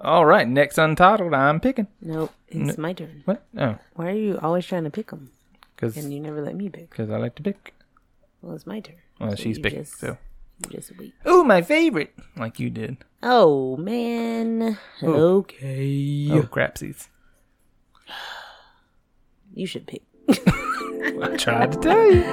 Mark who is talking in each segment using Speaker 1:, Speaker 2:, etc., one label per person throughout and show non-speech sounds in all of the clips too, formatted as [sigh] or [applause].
Speaker 1: All right, next untitled, I'm picking.
Speaker 2: Nope, it's my turn.
Speaker 1: What? Oh,
Speaker 2: Why are you always trying to pick them? And
Speaker 1: because
Speaker 2: you never let me pick.
Speaker 1: I like to pick.
Speaker 2: Well, it's my turn.
Speaker 1: Well,
Speaker 2: So
Speaker 1: she's
Speaker 2: you
Speaker 1: picking.
Speaker 2: just-
Speaker 1: So,
Speaker 2: you just wait.
Speaker 1: ooh, my favorite, like you did.
Speaker 2: Oh man.
Speaker 1: Oh.
Speaker 2: Okay.
Speaker 1: Oh, crapsies!
Speaker 2: You should pick.
Speaker 1: I tried to tell you.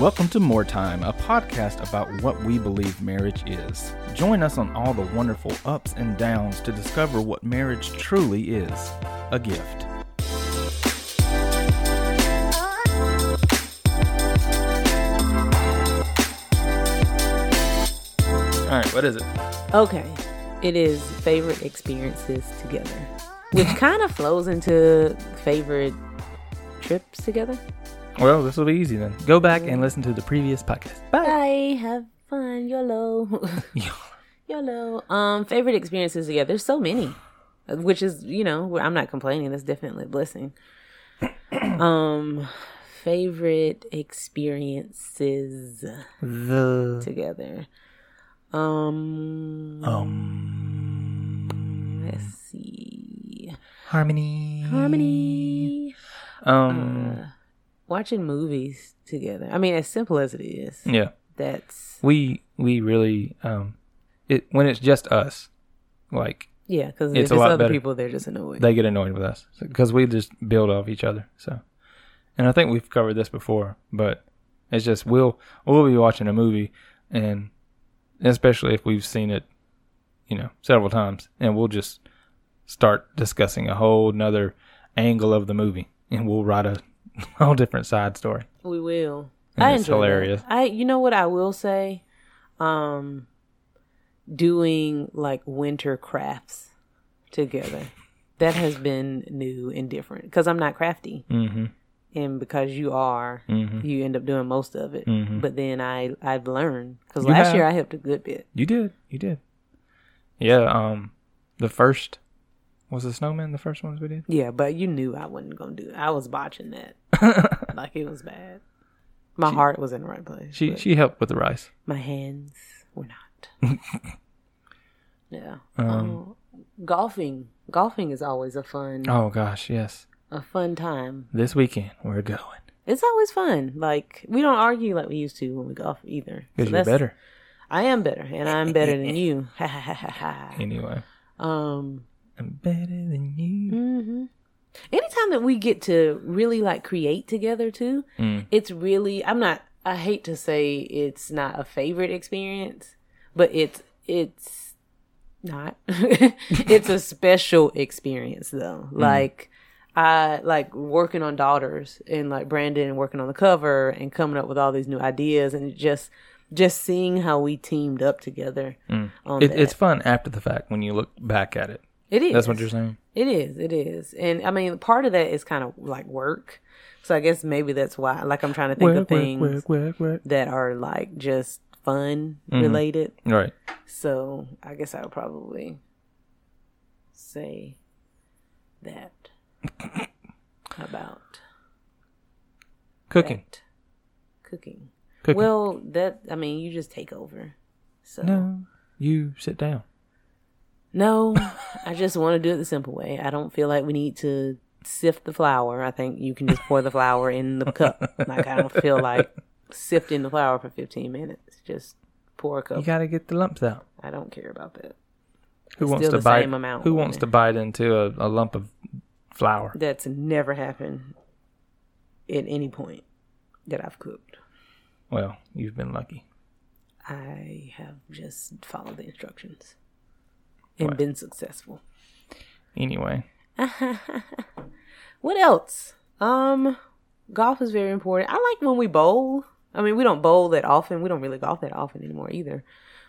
Speaker 1: Welcome to More Time, a podcast about what we believe marriage is. Join us on all the wonderful ups and downs to discover what marriage truly is a gift. All right, what is it?
Speaker 2: Okay. It is favorite experiences together,
Speaker 1: [laughs]
Speaker 2: which kind of flows into favorite trips together.
Speaker 1: Well, this will be easy then. Go back and listen to the previous podcast. [laughs] Bye.
Speaker 2: Bye. Have fun. YOLO. [laughs] YOLO. Um, favorite experiences together. There's so many, which is you know where I'm not complaining. That's definitely a blessing. [clears throat] um, favorite experiences
Speaker 1: the
Speaker 2: together. Um,
Speaker 1: um
Speaker 2: let's see.
Speaker 1: harmony
Speaker 2: Harmony.
Speaker 1: um
Speaker 2: Watching movies together. I mean, as simple as it is,
Speaker 1: yeah
Speaker 2: that's
Speaker 1: we we really um it when it's just us like
Speaker 2: yeah. Because if
Speaker 1: It's
Speaker 2: it's
Speaker 1: a lot
Speaker 2: other
Speaker 1: better.
Speaker 2: people, they're just annoyed.
Speaker 1: they get annoyed with us because we just build off each other so and i think we've covered this before but it's just we'll we'll be watching a movie and especially if we've seen it you know several times and we'll just start discussing a whole nother angle of the movie and we'll write a [laughs] whole different side story
Speaker 2: We will.
Speaker 1: And
Speaker 2: I
Speaker 1: it's
Speaker 2: enjoy
Speaker 1: hilarious.
Speaker 2: hilarious. I you know what I will say? Um doing like winter crafts together. That has been new and different cuz I'm not crafty
Speaker 1: mm-hmm
Speaker 2: and because you are,
Speaker 1: mm-hmm
Speaker 2: you end up doing most of it.
Speaker 1: Mhm.
Speaker 2: But then I I've learned cuz
Speaker 1: You
Speaker 2: last
Speaker 1: have.
Speaker 2: year I helped a good bit.
Speaker 1: You did. You did. Yeah. Um, the first was the snowman. The first ones we did.
Speaker 2: Yeah, but you knew I wasn't going to do it. I was
Speaker 1: [laughs]
Speaker 2: botching that. like it was bad. My heart was in the right place.
Speaker 1: She
Speaker 2: but-
Speaker 1: she helped with the rice.
Speaker 2: My hands were
Speaker 1: [laughs]
Speaker 2: not. yeah. Um, golfing. Golfing is always a fun
Speaker 1: Oh gosh, yes.
Speaker 2: a fun time.
Speaker 1: This weekend we're going
Speaker 2: It's always fun. Like we don't argue like we used to when we golf either. So
Speaker 1: because you're
Speaker 2: that's-
Speaker 1: better
Speaker 2: I am better, and I'm better
Speaker 1: [laughs]
Speaker 2: than you. [laughs] Ha ha ha ha ha.
Speaker 1: anyway. [laughs]
Speaker 2: Um.
Speaker 1: I'm better than you.
Speaker 2: mhm. Anytime that we get to really like create together too,
Speaker 1: Mm.
Speaker 2: it's really i'm not i hate to say it's not a favorite experience but it's it's not [laughs] it's a special experience though
Speaker 1: Mm-hmm.
Speaker 2: like i like working on daughters and like brandon working on the cover and coming up with all these new ideas and just just seeing how we teamed up together on
Speaker 1: Mm-hmm. It,
Speaker 2: that.
Speaker 1: it's fun after the fact when you look back at it.
Speaker 2: it is
Speaker 1: That's what you're saying.
Speaker 2: it is, it is. And I mean, part of that is kind of like work. So I guess maybe that's why, like, I'm trying to think
Speaker 1: Work,
Speaker 2: of
Speaker 1: work,
Speaker 2: things
Speaker 1: work, work, work.
Speaker 2: that are like just fun
Speaker 1: Mm-hmm.
Speaker 2: related.
Speaker 1: Right.
Speaker 2: So I guess I would probably say that
Speaker 1: [laughs]
Speaker 2: about
Speaker 1: Cooking.
Speaker 2: that. Cooking.
Speaker 1: Cooking.
Speaker 2: Well, that I mean, you just take over. So
Speaker 1: no, you sit down. [laughs]
Speaker 2: No, I just want to do it the simple way. I don't feel like we need to sift the flour. I think you can just pour the flour in the cup. Like I don't feel like sifting the flour for 15 minutes. Just pour a cup.
Speaker 1: You got to get the lumps out.
Speaker 2: I don't care about that.
Speaker 1: Who
Speaker 2: It's
Speaker 1: wants
Speaker 2: still
Speaker 1: to
Speaker 2: the
Speaker 1: bite?
Speaker 2: same amount,
Speaker 1: who
Speaker 2: wouldn't
Speaker 1: wants
Speaker 2: it?
Speaker 1: to bite into a, a lump of flour?
Speaker 2: That's never happened at any point that I've cooked.
Speaker 1: Well, you've been lucky.
Speaker 2: I have just followed the instructions and
Speaker 1: Wow.
Speaker 2: been successful.
Speaker 1: Anyway,
Speaker 2: What else? Um, golf is very important. I like when we bowl. I mean, we don't bowl that often. We don't really golf that often anymore either.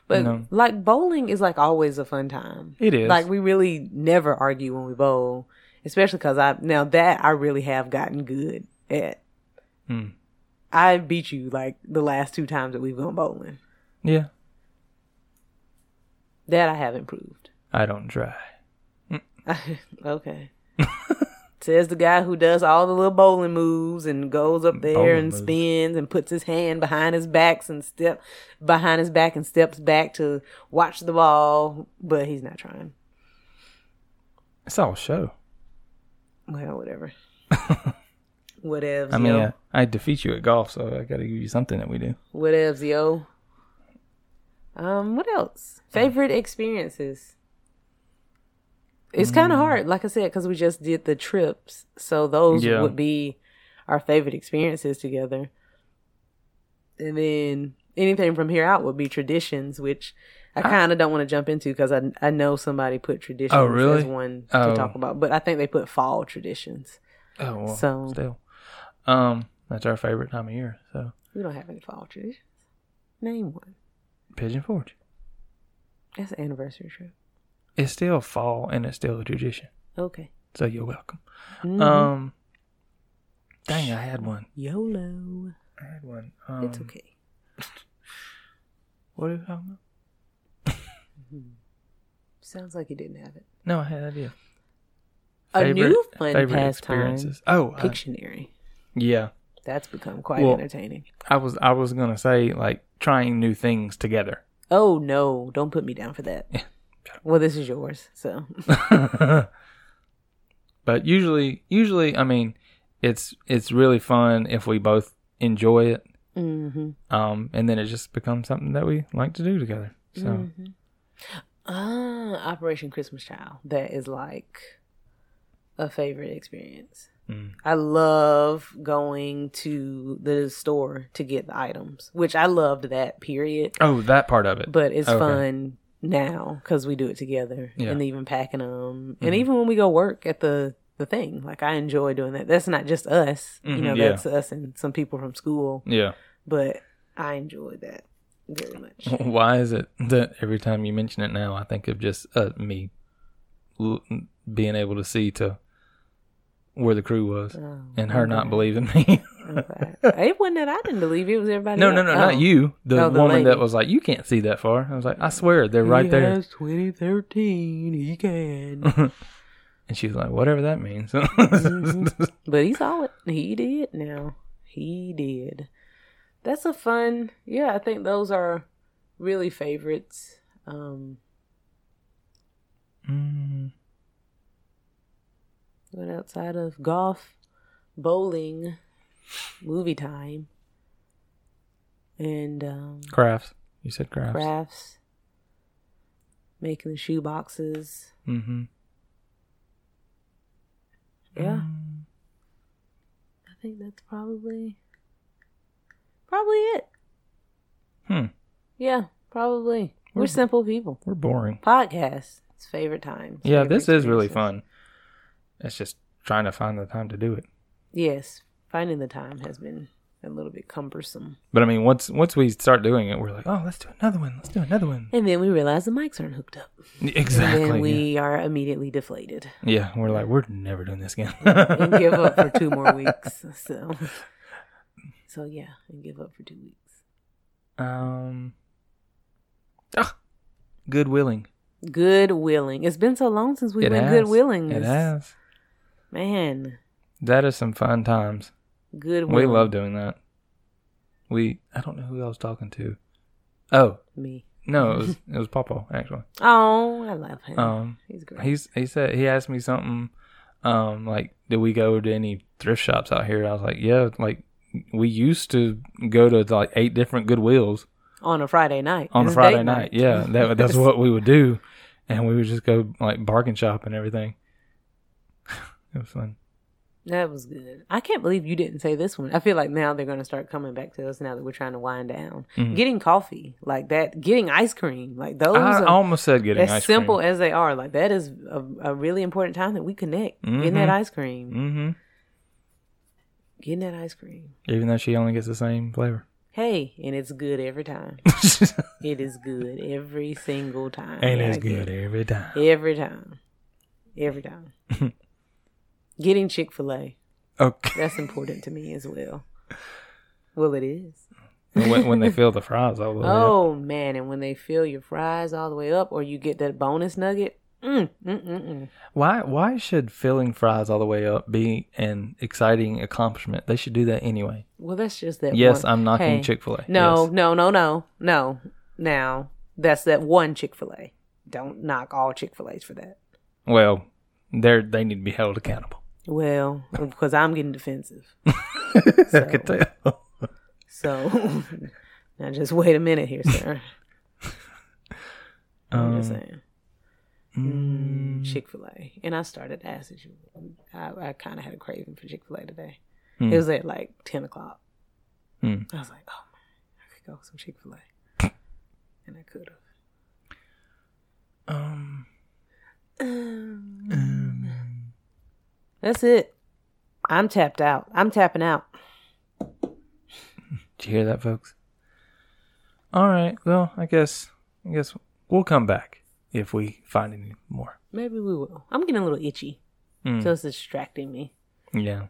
Speaker 2: But
Speaker 1: No.
Speaker 2: like bowling is like always a fun time.
Speaker 1: It is.
Speaker 2: Like we really never argue when we bowl, especially because I now that I really have gotten good at.
Speaker 1: Hmm.
Speaker 2: I beat you like the last two times that we've gone bowling.
Speaker 1: yeah,
Speaker 2: That I have improved. [laughs]
Speaker 1: I don't try.
Speaker 2: okay. Says the guy who does all the little bowling moves and goes up there
Speaker 1: Bowling
Speaker 2: and
Speaker 1: moves.
Speaker 2: spins and puts his hand behind his backs and step behind his back and steps back to watch the ball, but he's not trying.
Speaker 1: It's all show. [laughs]
Speaker 2: Well, whatever. Whatevs,
Speaker 1: I mean,
Speaker 2: yo.
Speaker 1: uh, I defeat you at golf, so I got to give you something that we do.
Speaker 2: Whatevs, yo. Um, what else?
Speaker 1: Uh.
Speaker 2: Favorite experiences. It's kind
Speaker 1: Mm.
Speaker 2: of hard, like I said, because we just did the trips, so those
Speaker 1: Yeah.
Speaker 2: would be our favorite experiences together. And then anything from here out would be traditions, which I kind of don't want to jump into because I I know somebody put traditions
Speaker 1: really?
Speaker 2: as one
Speaker 1: Oh.
Speaker 2: to talk about, but I think they put fall traditions.
Speaker 1: Oh, well,
Speaker 2: So-
Speaker 1: still, um, that's our favorite time of year. So
Speaker 2: We don't have any fall traditions. Name one.
Speaker 1: Pigeon Forge.
Speaker 2: That's an anniversary trip.
Speaker 1: It's still fall, and it's still a tradition.
Speaker 2: Okay.
Speaker 1: So you're welcome.
Speaker 2: Mhm.
Speaker 1: Um, dang, I had one.
Speaker 2: YOLO.
Speaker 1: I had one. Um,
Speaker 2: It's okay.
Speaker 1: What are you talking about?
Speaker 2: Sounds like you didn't have it.
Speaker 1: No, I had an idea.
Speaker 2: A new fun pastime.
Speaker 1: experiences. Oh, I-
Speaker 2: Pictionary.
Speaker 1: yeah.
Speaker 2: That's become quite
Speaker 1: Well-
Speaker 2: entertaining.
Speaker 1: I was I was gonna say like trying new things together.
Speaker 2: Oh no, don't put me down for that. Well, this is yours, so
Speaker 1: [laughs] but usually usually I mean it's it's really fun if we both enjoy it.
Speaker 2: mm-hmm.
Speaker 1: Um and then it just becomes something that we like to do together. So
Speaker 2: Mm. Mm-hmm. ah, Operation Christmas Child. That is like a favorite experience.
Speaker 1: Mm.
Speaker 2: I love going to the store to get the items, which I loved that period.
Speaker 1: Oh, that part of it.
Speaker 2: but it's
Speaker 1: Okay.
Speaker 2: fun now because we do it together
Speaker 1: Yeah. Mm-hmm.
Speaker 2: and even packing them and even when we go work at the the thing like i enjoy doing that that's not just us
Speaker 1: Mhm,
Speaker 2: you know
Speaker 1: yeah.
Speaker 2: that's us and some people from school
Speaker 1: yeah. [laughs]
Speaker 2: but i enjoy that very much
Speaker 1: Why is it that every time you mention it now I think of just uh, me l- being able to see to where the crew was
Speaker 2: Oh,
Speaker 1: and her not believing me. [laughs]
Speaker 2: okay. it wasn't that i didn't believe it it was everybody
Speaker 1: No, no, no,
Speaker 2: else. Oh.
Speaker 1: not you. The
Speaker 2: Oh, the
Speaker 1: woman that
Speaker 2: lady.
Speaker 1: was like, "You can't see that far." I was like, "I swear, they're right
Speaker 2: he
Speaker 1: there."
Speaker 2: has 2013 he can
Speaker 1: [laughs] And she's like, "Whatever that means." [laughs] Mm-hmm.
Speaker 2: But he saw it. He did now. He did. That's a fun yeah, I think those are really favorites. Um
Speaker 1: Mm,
Speaker 2: but outside of golf, bowling, movie time, and um
Speaker 1: crafts. You said crafts.
Speaker 2: crafts, making the shoe boxes.
Speaker 1: Mm-hmm.
Speaker 2: Yeah. I think that's probably probably it.
Speaker 1: Hmm.
Speaker 2: Yeah, probably. We're
Speaker 1: We're-
Speaker 2: simple people.
Speaker 1: We're boring.
Speaker 2: podcast. It's favorite time.
Speaker 1: Yeah, this is really fun. It's just trying to find the time to do it.
Speaker 2: Yes, finding the time has been a little bit cumbersome.
Speaker 1: But I mean, once once we start doing it, we're like, "Oh, let's do another one. Let's do another one."
Speaker 2: And then we realize the mics aren't hooked up.
Speaker 1: Exactly.
Speaker 2: And then
Speaker 1: yeah.
Speaker 2: we are immediately deflated
Speaker 1: yeah, we're like, "We're never doing this again."
Speaker 2: [laughs] and give up for two more weeks. [laughs] So, so yeah, and give up for two weeks.
Speaker 1: [laughs] Um. ah, good willing.
Speaker 2: Good willing. It's been so long since we
Speaker 1: It
Speaker 2: went
Speaker 1: has.
Speaker 2: good
Speaker 1: It
Speaker 2: willingness.
Speaker 1: has.
Speaker 2: Man,
Speaker 1: That is some fun times.
Speaker 2: good willing.
Speaker 1: We love doing that. We I don't know who I was talking to. Oh
Speaker 2: me.
Speaker 1: no,
Speaker 2: [laughs]
Speaker 1: it was it was Papa actually.
Speaker 2: Oh, I love him.
Speaker 1: Um,
Speaker 2: He's great.
Speaker 1: he's he said he asked me something, um, like did we go to any thrift shops out here? I was like, yeah, like we used to go to like eight different Goodwills
Speaker 2: on a Friday night.
Speaker 1: on a
Speaker 2: It's
Speaker 1: Friday
Speaker 2: date
Speaker 1: night. Yeah,
Speaker 2: [laughs]
Speaker 1: that, that's what we would do, and we would just go like bargain shop and everything. [laughs] it was fun.
Speaker 2: That was good. I can't believe you didn't say this one. I feel like now they're going to start coming back to us now that we're trying to wind down. Getting coffee like that, getting ice cream like those.
Speaker 1: Mm-hmm. I
Speaker 2: are,
Speaker 1: almost said getting
Speaker 2: as
Speaker 1: ice
Speaker 2: simple
Speaker 1: cream.
Speaker 2: as they are, like that is a, a really important time that we connect. Getting that
Speaker 1: Mhm.
Speaker 2: ice cream,
Speaker 1: hmm
Speaker 2: getting that ice cream.
Speaker 1: Even though she only gets the same
Speaker 2: [laughs]
Speaker 1: flavor.
Speaker 2: Hey, and it's good every time. it is good every single time.
Speaker 1: Ain't
Speaker 2: that
Speaker 1: as
Speaker 2: I get
Speaker 1: good every time.
Speaker 2: it. every time,
Speaker 1: [laughs]
Speaker 2: every time. getting Chick Fil A
Speaker 1: Okay.
Speaker 2: that's important to me as well. Well, it is.
Speaker 1: [laughs] when, when they fill the fries all the way. up.
Speaker 2: Oh man, and when they fill your fries all the way up, or you get that bonus nugget, Mm, mm, mm, mm.
Speaker 1: Why why should filling fries all the way up be an exciting accomplishment? They should do that anyway.
Speaker 2: Well, that's just that.
Speaker 1: Yes,
Speaker 2: one-
Speaker 1: I'm knocking
Speaker 2: Hey,
Speaker 1: Chick fil A.
Speaker 2: No, no, no, no, no. Now that's that one Chick Fil A. Don't knock all Chick Fil A's for that.
Speaker 1: Well, they're they need to be held
Speaker 2: [laughs]
Speaker 1: accountable.
Speaker 2: Well, because I'm getting defensive.
Speaker 1: I could tell.
Speaker 2: So [laughs] now just wait a minute here, sir. I'm
Speaker 1: Um,
Speaker 2: just saying. Mm,
Speaker 1: mm.
Speaker 2: Chick fil A. And I started asking you. I, I kind of had a craving for Chick fil A today.
Speaker 1: hmm.
Speaker 2: It was at like 10 o'clock.
Speaker 1: Mm.
Speaker 2: I was like, oh man, I could go with some Chick fil A. and I could have.
Speaker 1: Um,
Speaker 2: Um, That's it. I'm tapped out. I'm tapping out.
Speaker 1: did you hear that, folks? All right. Well, I guess I guess we'll come back if we find any more.
Speaker 2: Maybe we will. I'm getting a little itchy.
Speaker 1: Mm.
Speaker 2: So it's distracting me.
Speaker 1: Yeah,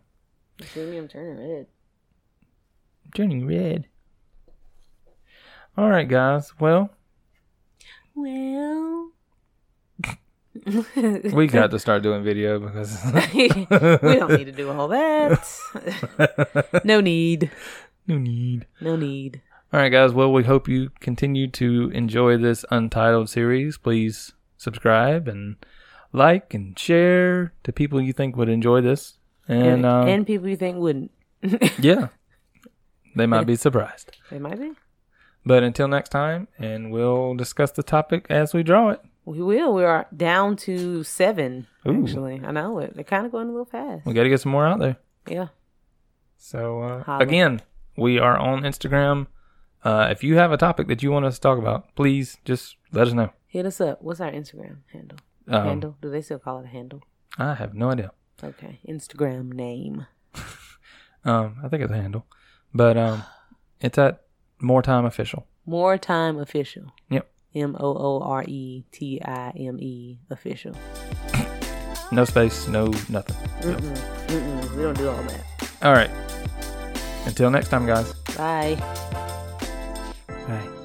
Speaker 2: You see me? I'm turning red.
Speaker 1: turning red. All right, guys. Well,
Speaker 2: Well. [laughs]
Speaker 1: we got to start doing video because
Speaker 2: we don't need to do all that. no need.
Speaker 1: [laughs] no need.
Speaker 2: No need.
Speaker 1: All right, guys. Well, we hope you continue to enjoy this Untitled series. Please subscribe and like and share to people you think would enjoy this. And,
Speaker 2: And,
Speaker 1: um,
Speaker 2: and people you think wouldn't. [laughs] they
Speaker 1: yeah, they might be surprised.
Speaker 2: might be.
Speaker 1: But until next time, and we'll discuss the topic as we draw it.
Speaker 2: We will. We are down to seven,
Speaker 1: Ooh.
Speaker 2: actually. I know it. They're kind of going a little fast.
Speaker 1: We got to get some more out there.
Speaker 2: Yeah.
Speaker 1: So uh,
Speaker 2: Holla.
Speaker 1: again, we are on Instagram. Uh, if you have a topic that you want us to talk about, please just let us know.
Speaker 2: Hit us up. What's our Instagram handle?
Speaker 1: Um,
Speaker 2: handle? Do they still call it a handle?
Speaker 1: I have no idea.
Speaker 2: Okay. Instagram name.
Speaker 1: Um, I think it's a handle, but um, [sighs] it's at more time official.
Speaker 2: More Time Official.
Speaker 1: Yep,
Speaker 2: M O O R E T I M E official.
Speaker 1: no space, no nothing.
Speaker 2: Mm-mm. Mm-mm. We don't do all that.
Speaker 1: All right. Until next time, guys.
Speaker 2: Bye.
Speaker 1: Bye.